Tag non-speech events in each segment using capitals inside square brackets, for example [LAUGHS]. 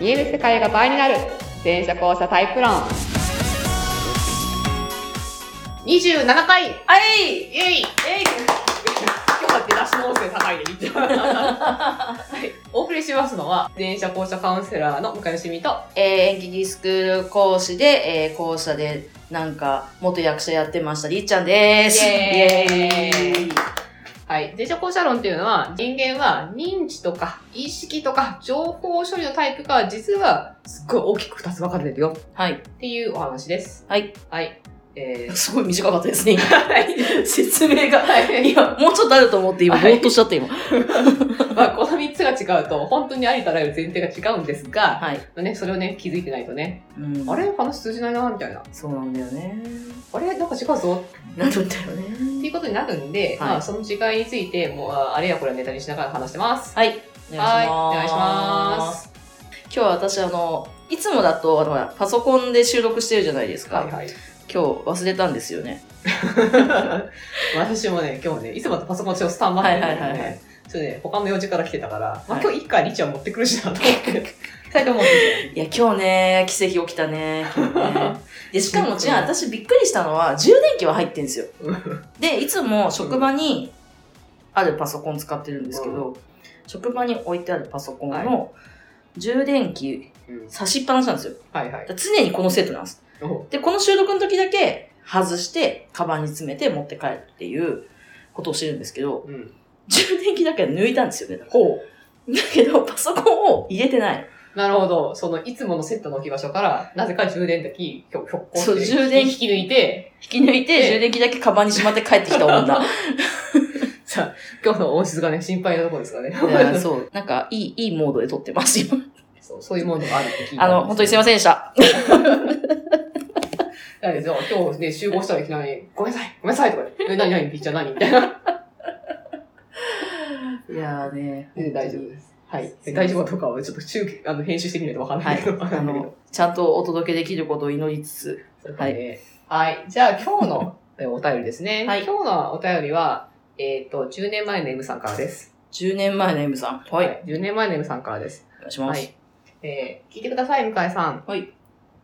見える世界が倍になる全社交差タイプ論27回イはいエイえい今日は出だしの音声高 [LAUGHS] いでいっちゃうはい、お送りしますのは全社交差カウンセラーの向井よしみとえー演劇スクール講師で、えー、講師で、なんか、元役者やってました、りっちゃんです。イエーイイエーイはい。前者後者論っていうのは、人間は認知とか意識とか情報処理のタイプが実はすっごい大きく二つ分かれてるよはい。っていうお話です。はい。はい。えー、すごい短かったですね、今説明 [LAUGHS] が。はいいや、もうちょっとあると思って、今、はいぼーっとしちゃった、今。 [LAUGHS] まあ、この3つが違うと、本当にありとあらゆる前提が違うんですが、はい。まあね、それをね、気づいてないとね、うんあれ話通じないな、みたいな。そうなんだよね。あれなんか違うぞ。なるんだよっていね。うことになるんで、はいまあ、その違いについて、もう、ああれやこれやネタにしながら話してます。はい。おは願い。いしお願います。します。今日は私、あの、いつもだと、あのほら、パソコンで収録してるじゃないですか。はいはい。今日忘れたんですよね。 [LAUGHS] 私もね、今日ね、いつもとパソコンちょっとスタンバってるんだけどね、はいはいはいはちょっとね、他の用事から来てたから、まあ、はい今日一回リチャー持ってくるしなと思って、最近思って [LAUGHS] いや、今日ね、奇跡起きたね。今日ねで、しかも、じゃあ、私びっくりしたのは、充電器は入ってんですよ。で、いつも職場にあるパソコン使ってるんですけど、職場に置いてあるパソコンの充電器た、うん差しっぱなしなんですよ。はいはい。常にこのセットなんです。おで、この収録の時だけ外して、カバンに詰めて持って帰るっていうことをしてるんですけど、うん、充電器だけは抜いたんですよね。だかほらだけど、パソコンを入れてない。う。なるほど。その、いつものセットの置き場所から、なぜか充電器、ひょ、ひょっこってそう充電器引き抜いて、引き抜いて、充電器だけカバンにしまって帰ってきた女。さあ、今日の音質がね、心配なところですかね。い [LAUGHS] やそう。なんか、いい、いいモードで撮ってますよ。そうそういうものがあるって聞いたあの、本当にすいませんせんでした。だけど。今日ね、集合したらいきなり、ごめんなさい、ごめんなさいとか言って、 [LAUGHS] え、何何ピッチャー何みたいな。 [LAUGHS] いやーね全然大丈夫です。はい。すいません大丈夫かどうかはちょっと中継、あの、編集してみないとわかんないけど。わあかんないけどの、ちゃんとお届けできることを祈りつつ。はい。はい。じゃあ今日のえお便りですね。はい今日のお便りは、えっ、と、10年前の M さんからです。 10年前の M さん。はい。。 10年前の M さんからです。お願いしまはす。い。えー聞いてください、向井さん。はい。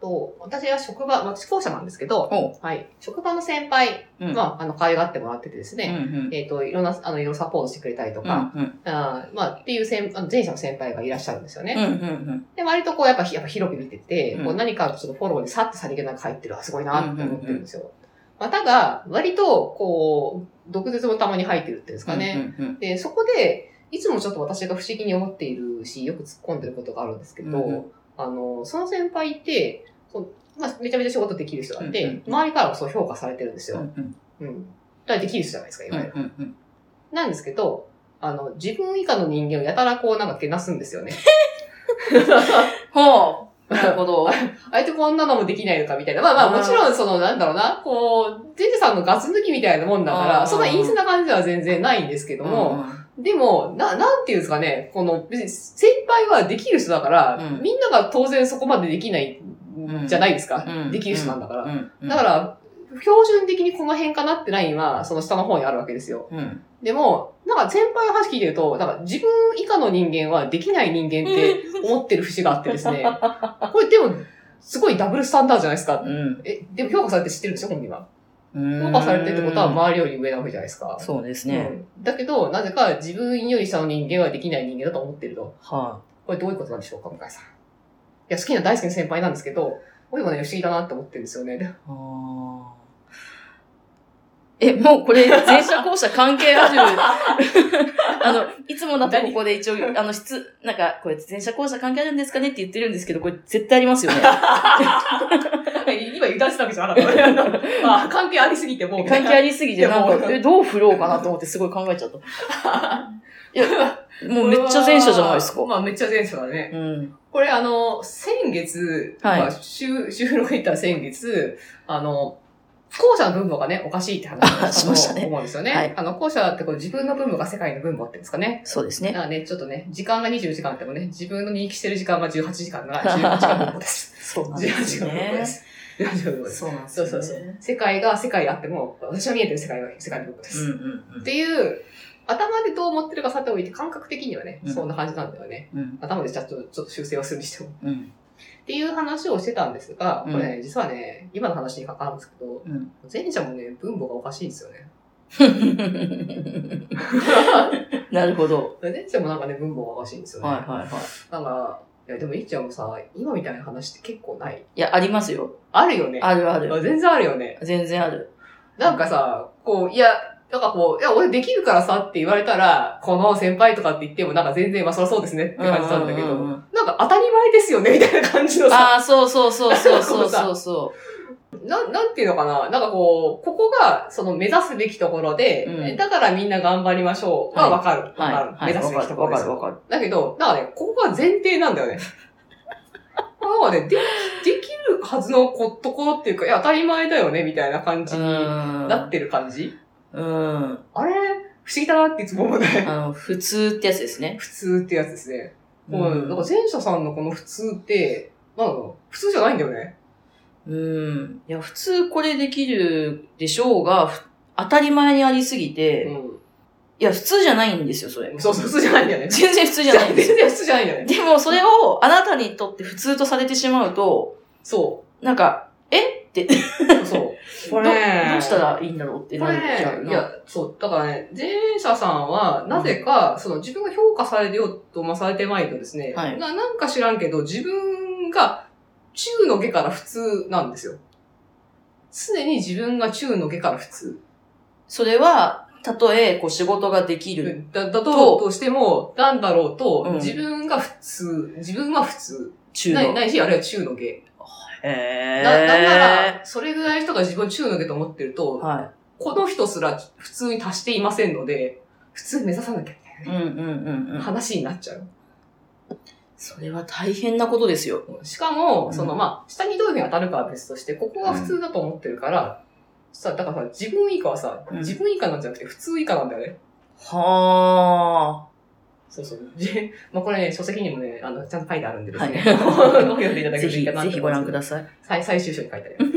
と、私は職場、私校舎なんですけど、おう。はい。職場の先輩、うん。まあ、あの、可愛がってもらっててですうんうね、ん。えっ、と、いろんな、あの、いろいろサポートしてくれたりとうんうか、ん。あーまあ、っていう先、あの前者の先輩がいらっしゃるんですよね。うんうんで、割とこう、やっぱひ、やっぱ広く見てて、うんこう何かちょっとフォローにさってさりげなく入ってる、あ、すごいなって思ってるんですよ。まあ、ただ、割と、こう、毒舌もたまに入ってるっていうんですかね。うんうんで、そこで、いつもちょっと私が不思議に思っているし、よく突っ込んでることがあるんですけど、うんうんあの、その先輩って、こうまあ、めちゃめちゃ仕事できる人なんで、うんうん周りからもそう評価されてるんですうんうよ。んうんうん。だからできる人じゃないですか、いわゆる。うんうんなんですけど、あの、自分以下の人間をやたらこうなんかけなすんです [LAUGHS] よね。ほう。なるほ [LAUGHS] ど。あえてこんなのもできないのかみたいな。まあまああーもちろんそのなんだろうな、こう、ジェジェさんのガツ抜きみたいなもんだかあら、ーそんな陰湿な感じでは全然ないんですけども、でも、な、なんていうんですかね、この、別に先輩はできる人だから、うんみんなが当然そこまでできないんじゃないですか。うんうんできる人なんだから。うん。うんだか、ら、標準的にこの辺かなってラインは、その下の方にあるわけですよ。うん。でも、なんか先輩の話聞いてると、なんか自分以下の人間はできない人間って思ってる節があってですね。これでも、すごいダブルスタンダードじゃないですか。うんえ、でも評価されて知ってるんでしょ、本人は。うん。評価されてるってことは周りより上なわけじゃないですか。そうですね。うんだけど、なぜか自分より下の人間はできない人間だと思ってると。はこれどういうことなんでしょうか、向井さん。いや、好きな大好きな先輩なんですけど、これもね、不思議だなって思ってるんですよねい。。あーえ、もうこれ、前者後者関係ある。 [LAUGHS] あの、いつもだとここで一応、あの、質、なんか、これ、前者後者関係あるんですかねって言ってるんですけど、これ絶対ありま [LAUGHS] すよね。今油断したわけじゃなか [LAUGHS] った。まあ、 [LAUGHS] 関係ありすぎてもう。関係ありすぎて、ないやんもか、うえ、どう振ろうかなと思ってすごい考えちゃった。いや、もうめっちゃ前者じゃないですうかわー。まあ、めっちゃ前者だね。うん。これあの、先月、はいまあ、収 [LAUGHS] 収録行った先月、あの、後者の分母がね、おかしいって話をしましたとね思うんですよね。はいあの、後者ってこう自分の分母が世界の分母って言うんですかね。そうですだね。からね、ちょっとね、時間が20時間あってもね、自分の認識してる時間が18時間なら18時間分母です。そうなんで18時す間分母でね。す。18時間分母です。そうなんですそうよねそうそう。世界が世界であっても、私は見えてる世界は世界の分母でうんす。うんうんっていう、頭でどう思ってるかさておいて、感覚的にはね、うんそんな感じなんだよね。うん。頭でちょっとちょっと修正をするにしても。うん。っていう話をしてたんですが、これね、う実はね、今の話に関わるんですけど、 [LAUGHS] うん。前者もね、分母がおかしいんですよ [LAUGHS] ね。なるほど。前者もなんかね、分母がおかしいんですよね。はいはいはい。なんか、いや、でも、いっちゃんもさ、今みたいな話って結構ない。いや、ありますよ。あるよね。あるある。全然あるよね。全然ある。なんかさ、こう、いや、なんかこう、いや、俺できるからさって言われたら、この先輩とかって言っても、なんか全然、まあ、そりゃそうですねって感じなんだけうううど、んなんか当たり前ですよね、みたいな感じのさ、あ [LAUGHS] あ、そうそうそうそうそうそうそななんていうのかな、なんかこう、ここが、その目指すべきところで、うんえだからみんな頑張りましょう。ははいわかる。わう。はい。かる。は目い。指わすべかきとるこわろでかするわかる。だけど、なんかね、ここが前提なんだよね。 [LAUGHS] なんかね、で、できるはずのこところっていうか、いや、当たり前だよね、みたいな感じにうん。なってる感じ。うん。あれ、不思議だなっていつも思うね。あの、普通ってやつですね。普通ってやつですね。もう、なんかう前者さんのこの普通って、なんだろう、普通じゃないんだよね。ん。いや、普通これできるでしょうが、ふ当たり前にありすぎて、いや、普通じゃないんですよ、それう。ん。そうそう、普通じゃないんだよね。全然普通じゃないんです全よ。然普 [LAUGHS] 通じゃないんだよね。でも、それをあなたにとって普通とされてしまうと、そなんか、えって、どう。そう。こどれうねしたらいいんだろうってこなれっちゃうね、いな。や、そう、だからね、前者さんは、なぜか、その自分が評価されてようと思わされてないとですね、はいななんか知らんけど、自分が中の下から普通なんですよ。常に自分が中の下から普通。それは、たとえ、こう、仕事ができる。だだとととしても、なんだろうと、うん自分が普通、自分は普通。中ないの。ないし、あるいは中の下。へなーなんなら、それぐらいの人が自分を中の下と思ってると、はこの人すら普通に達していませんので、普通目指さなきゃいけないい。うんうんうんうん。話になっちゃう。それは大変なことですよ。しかも、うんその、まあ、下にどういうふうに当たるかは別として、ここは普通だと思ってるから、さ、だからさ、自分以下はさ、うん自分以下なんじゃなくて普通以下なんだよね。はそうそう。でまあ、これね、書籍にもね、あの、ちゃんと書いてあるんでですね。 [LAUGHS] はい読んでいたあ。だけるぜといひ、いかなぜひご覧くだださい。さい。最最終章に書いてある。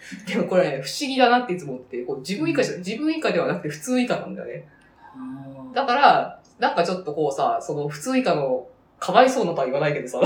[LAUGHS] でもこれね、不思議だなっていつも思って、こう自分以下じゃ、自分以下ではなくて普通以下なんだよね。だから、なんかちょっとこうさ、その普通以下の、かわいそうなとは言わないけどさ、っ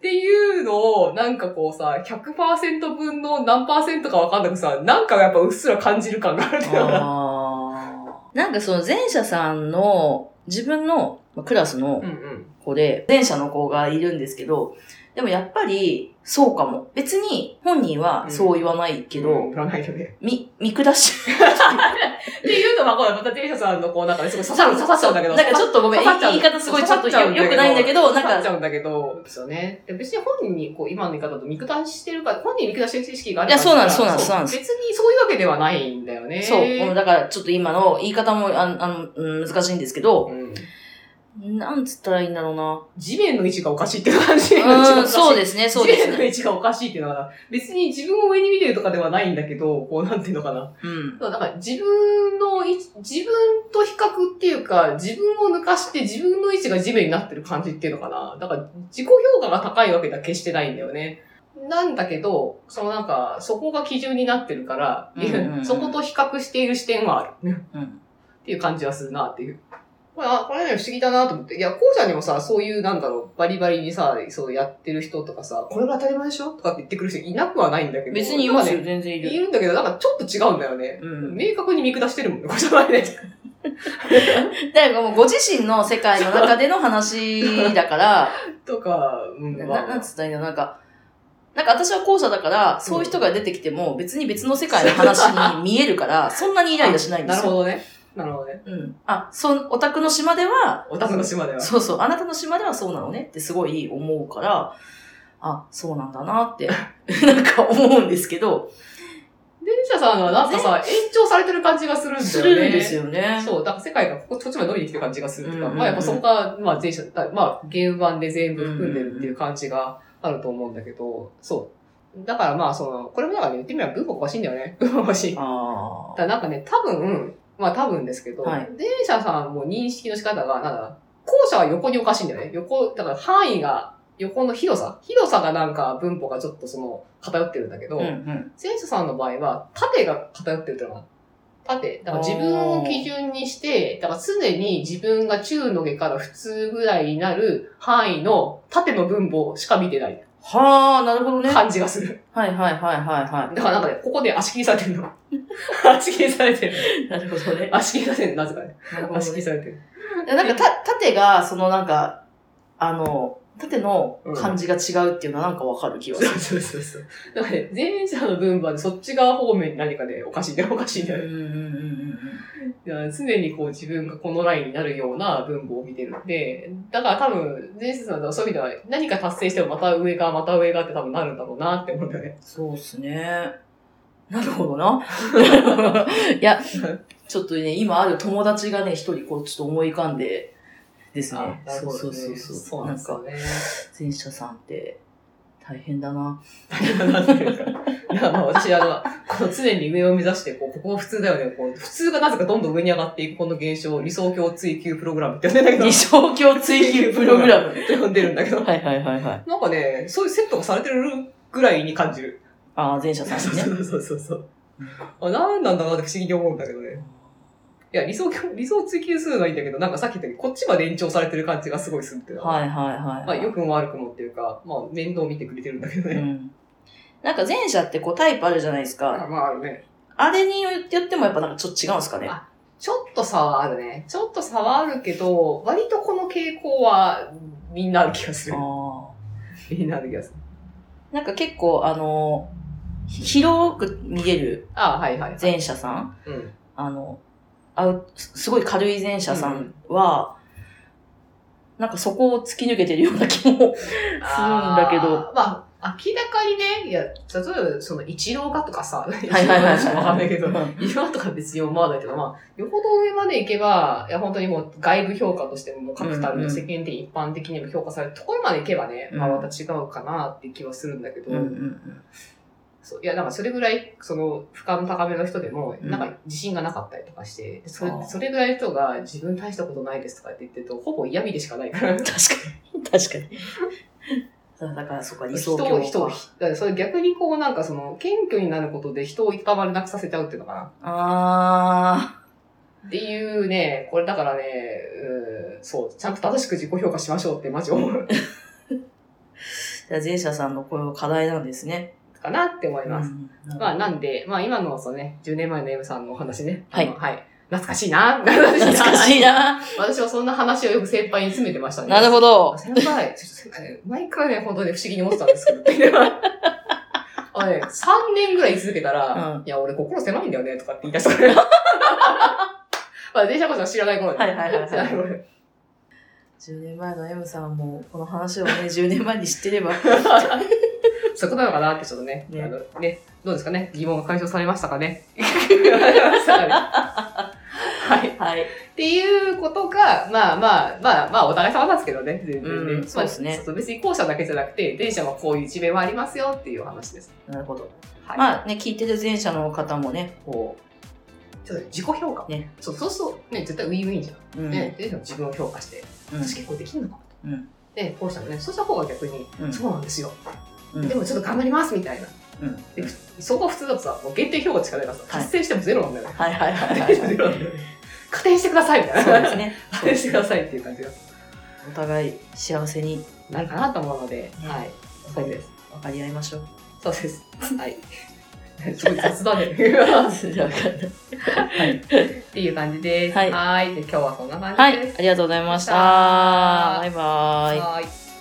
ていうのを、なんかこうさ、100%分の何パーセントかわかんなくさ、なんかやっぱうっすら感じる感があるけど。あー [LAUGHS] なんかその前者さんの自分のまあクラスのうんうん。子で、前者の子がいるんですけど、でもやっぱりそうかも。別に本人はそう言わないけど、振らないよね。み、見下し、っていうのは、これまた電車さんのこう、なんかね、す [LAUGHS] ごい刺さる、刺さっちゃうんだけど。 [LAUGHS] なんかちょっとごめん、刺さっちゃう言い方すごいちょっと刺さっちゃうんだよけど良くないんだけど、なんなっちか、ゃうんだけど、ですよね。で別に本人にこう今の言い方だと見下してるから、本人に見下してる知識があるいやそうなんですからそうなんですそうなんです別にそういうわけではないんだよね。そう、うんだからちょっと今の言い方も、ああの、うん難しいんですけど、うんなんつったらいいんだろう [LAUGHS] な。地面の位置がおかしいって感じうん、そうですね、そうで地す面の位ね。置がおかしいっていうのは、別に自分を上に見てるとかではないんだけど、こうなんていうのかな。うん。そうなんか自分の位置、自分と比較っていうか、自分を抜かして自分の位置が地面になってる感じっていうのかな。だから自己評価が高いわけでは決してないんだよね。なんだけど、そのなんか、そこが基準になってるから、うんうんうんそこと比較している視点はある。うん。っていう感じはするなっていう。これ、あこれね、不思議だなと思って。いや、こうちゃんにもさ、そういう、なんだろう、バリバリにさ、そうやってる人とかさ、これが当たり前でしょとかって言ってくる人いなくはないんだけど。別に言いますなんよ、かね。全然いいる。るんだけど、なんかちょっと違うんだよね。うん。明確に見下してるもんね、これ [LAUGHS] じゃないね。だからもうご自身の世界の中での話だ [LAUGHS] から、とか、うん、なまあなんつったらいいのなんか、なんか私は後者だから、そういう人が出てきても別に別の世界の話に見え [LAUGHS] るから、そんなにイライラしないんでなるすほよ。どね。なるほどね。うん。あ、そう、オタクの島では、お宅の島では。そうそう、あなたの島ではそうなのねってすごい思うから、あ、そうなんだなって、 [LAUGHS] なんか思うんですけど、電車さんはなんかさ、延長されてる感じがするんだよね。するんですよね。そう、だから世界がここ、こっちまで伸びてきてる感じがするっていうか、うんうんうんまあやっぱそこが、まあ前者、だまあ原版で全部含んでるっていう感じがあると思うんだけど、そう。だからまあその、これもなんかね、言ってみれば文法おかしいんだよね。 [LAUGHS] 文法おかしい。だかああ。らなんかね、多分、まあ多分ですけど、はい前者さんも認識の仕方が、なんだ、後者は横におかしいんだよね。横、だから範囲が、横の広さ。広さがなんか文法がちょっとその偏ってるんだけど、うんうん。選手さんの場合は縦が偏ってるっていうのが、縦。だから自分を基準にして、だから常に自分が中の下から普通ぐらいになる範囲の縦の分母しか見てないはあ、なるほどね。はい感じがする。はいはいはいはだからなんかね、ここで足切りされてる [LAUGHS] の。足切りされてる。い。なるほ [LAUGHS] どね。足切りされてる、なぜかね。なるほど足切りねされてる。なんかた、縦が、そのなんか、あの、縦の感じが違うっていうのはなんかわかる気はそすうる。 [LAUGHS] そうそうそう。だからね、前者の分母でそっち側方面に何かね、おかしいね、おかしいね。うんうんうんうんだから常にこう自分がこのラインになるような文法を見てるんで、だから多分、前世さんはそういう意味では何か達成してもまた上がまた上がって多分なるんだろうなって思うんだよね。そうですね。なるほど [LAUGHS] な。いや、ちょっとね、今ある友達がね、一人こう、ちょっと思い浮かんで、ですね。なるそほうそどうねそうそう。そうななんんですかよ、ね。前者さんって、大変だな。なんていうか。だからまあ私、あの、この常に上を目指して、こう、ここ普通だよね。こう、普通がなぜかどんどん上に上がっていく、この現象、理想郷追求プログラムって呼んで [LAUGHS] んだけど理、想郷追求プログラム。呼んでるんだけど、はいはいはいはい。なんかね、そういうセットがされてるぐらいに感じる。ああ、前者さん [LAUGHS] にね。そうそうそうそう。あ、なんなんだなって不思議に思うんだけどね。いや、理想 [LAUGHS] 郷、理想を追求するのはいいんだけど、なんかさっき言ったように、こっちまで延長されてる感じがすごいするっていうのは。はいはいはい。まあ、良くも悪くもっていうか、まあ、面倒見てくれてるんだけどうね。ん。なんか前者ってこうタイプあるじゃないですあか。 [LAUGHS] まあ、あるね。あれによってもやっぱなんかちょっと違うんですかね。あちょっと差はあるね。ちょっと差はあるけど、割とこの傾向は、みんなある気がするあ。[LAUGHS] ーみんなある気がする。なんか結構あの、ひ広く見れるあはいはい。前者さん、うん。あの、あうすすごい軽い前者さんは、なんかそこを突き抜けてるような気もするんだけど、あー。まあ、明らかにね、いや、例えば、その、一郎がとかさ、はい [LAUGHS] はい [LAUGHS] はいはい。わかんないけど、 [LAUGHS] うん今とか別に思わないけど、まあ、よほど上まで行けば、いや、本当にもう外部評価としても、確たるうんうんの世間的、一般的にも評価されるところまで行けばね、まあうんまた違うかなって気はするんだけど、うんうんそういや、なんかそれぐらい、その、負荷の高めの人でも、うんなんか自信がなかったりとかして、それあーそれぐらいの人が自分大したことないですとかって言ってると、ほぼ嫌味でしかないから確。かに、確かに。そうだから、そうか、理人想郷を、か人を、だからそれ逆にこうなんかその、謙虚になることで人をいかまれなくさせちゃうっていうのかな。あっていうね、これだからね、うーんそう、ちゃんと正しく自己評価しましょうってマジ思うー、じゃあ前者さんのこれは課題なんですね。かなって思います。うんまあなんで、まあ今のそうね、10年前の M さんのお話ね。はいあのはい。懐かしいな、懐かしいな懐かしい。な。 [LAUGHS] 私はそんな話をよく先輩に詰めてましたね。なるほど。先輩、ちょっと先輩、毎回ね、本当に不思議に思ってたんですけど、 [LAUGHS] って言ってあれ、3年ぐらい続けたら、うんいや、俺心狭いんだよね、とかって言い出したから。 [LAUGHS] まあ、電車こそ知らない頃に。はいはいはいはい知らない頃に10年前の M さんも、この話をね、10年 [LAUGHS] 前に知ってれば、そういうことなのかなってちょっとね、ねあのねどうですかね疑問が解消されましたか [LAUGHS] ねはい。っはい。ていうことが、まあまあ、まあまあ、お互い様なんですけどね、全然ね。うんそうですねまあそう別に後者だけじゃなくて、前者はこういう一面はありますよっていうお話です。なるほど。はい。まあね、聞いてる前者の方もね、こちょっと自己評価。ねそうそうそう。ね、絶対ウィンウィンじゃん。う、うんね、前者の自分を評価して、うん私結構できるのかもと。うんで、後者のね、そうした方が逆に、うんそうなんですよ。うんでもちょっと頑張りますみたいな。うんでそこは普通だとさ、もう限定評価しかないからさ、はい達成してもゼロなんだよね。はいはいはいはい。 [LAUGHS] ゼロなんだよね加点してくださいみたいそうな。ですね。 [LAUGHS] 加点してくださいっていう感じがお互い幸せになるかなと思うので、 [LAUGHS] はい。そうです。分かり合いましょう。そうです。はい。すごい雑だね。じゃあ分かったっていう感じです。はいはーい。で今日はこんな感はじです。い、ありがとうございました。あバイバイ。はーい。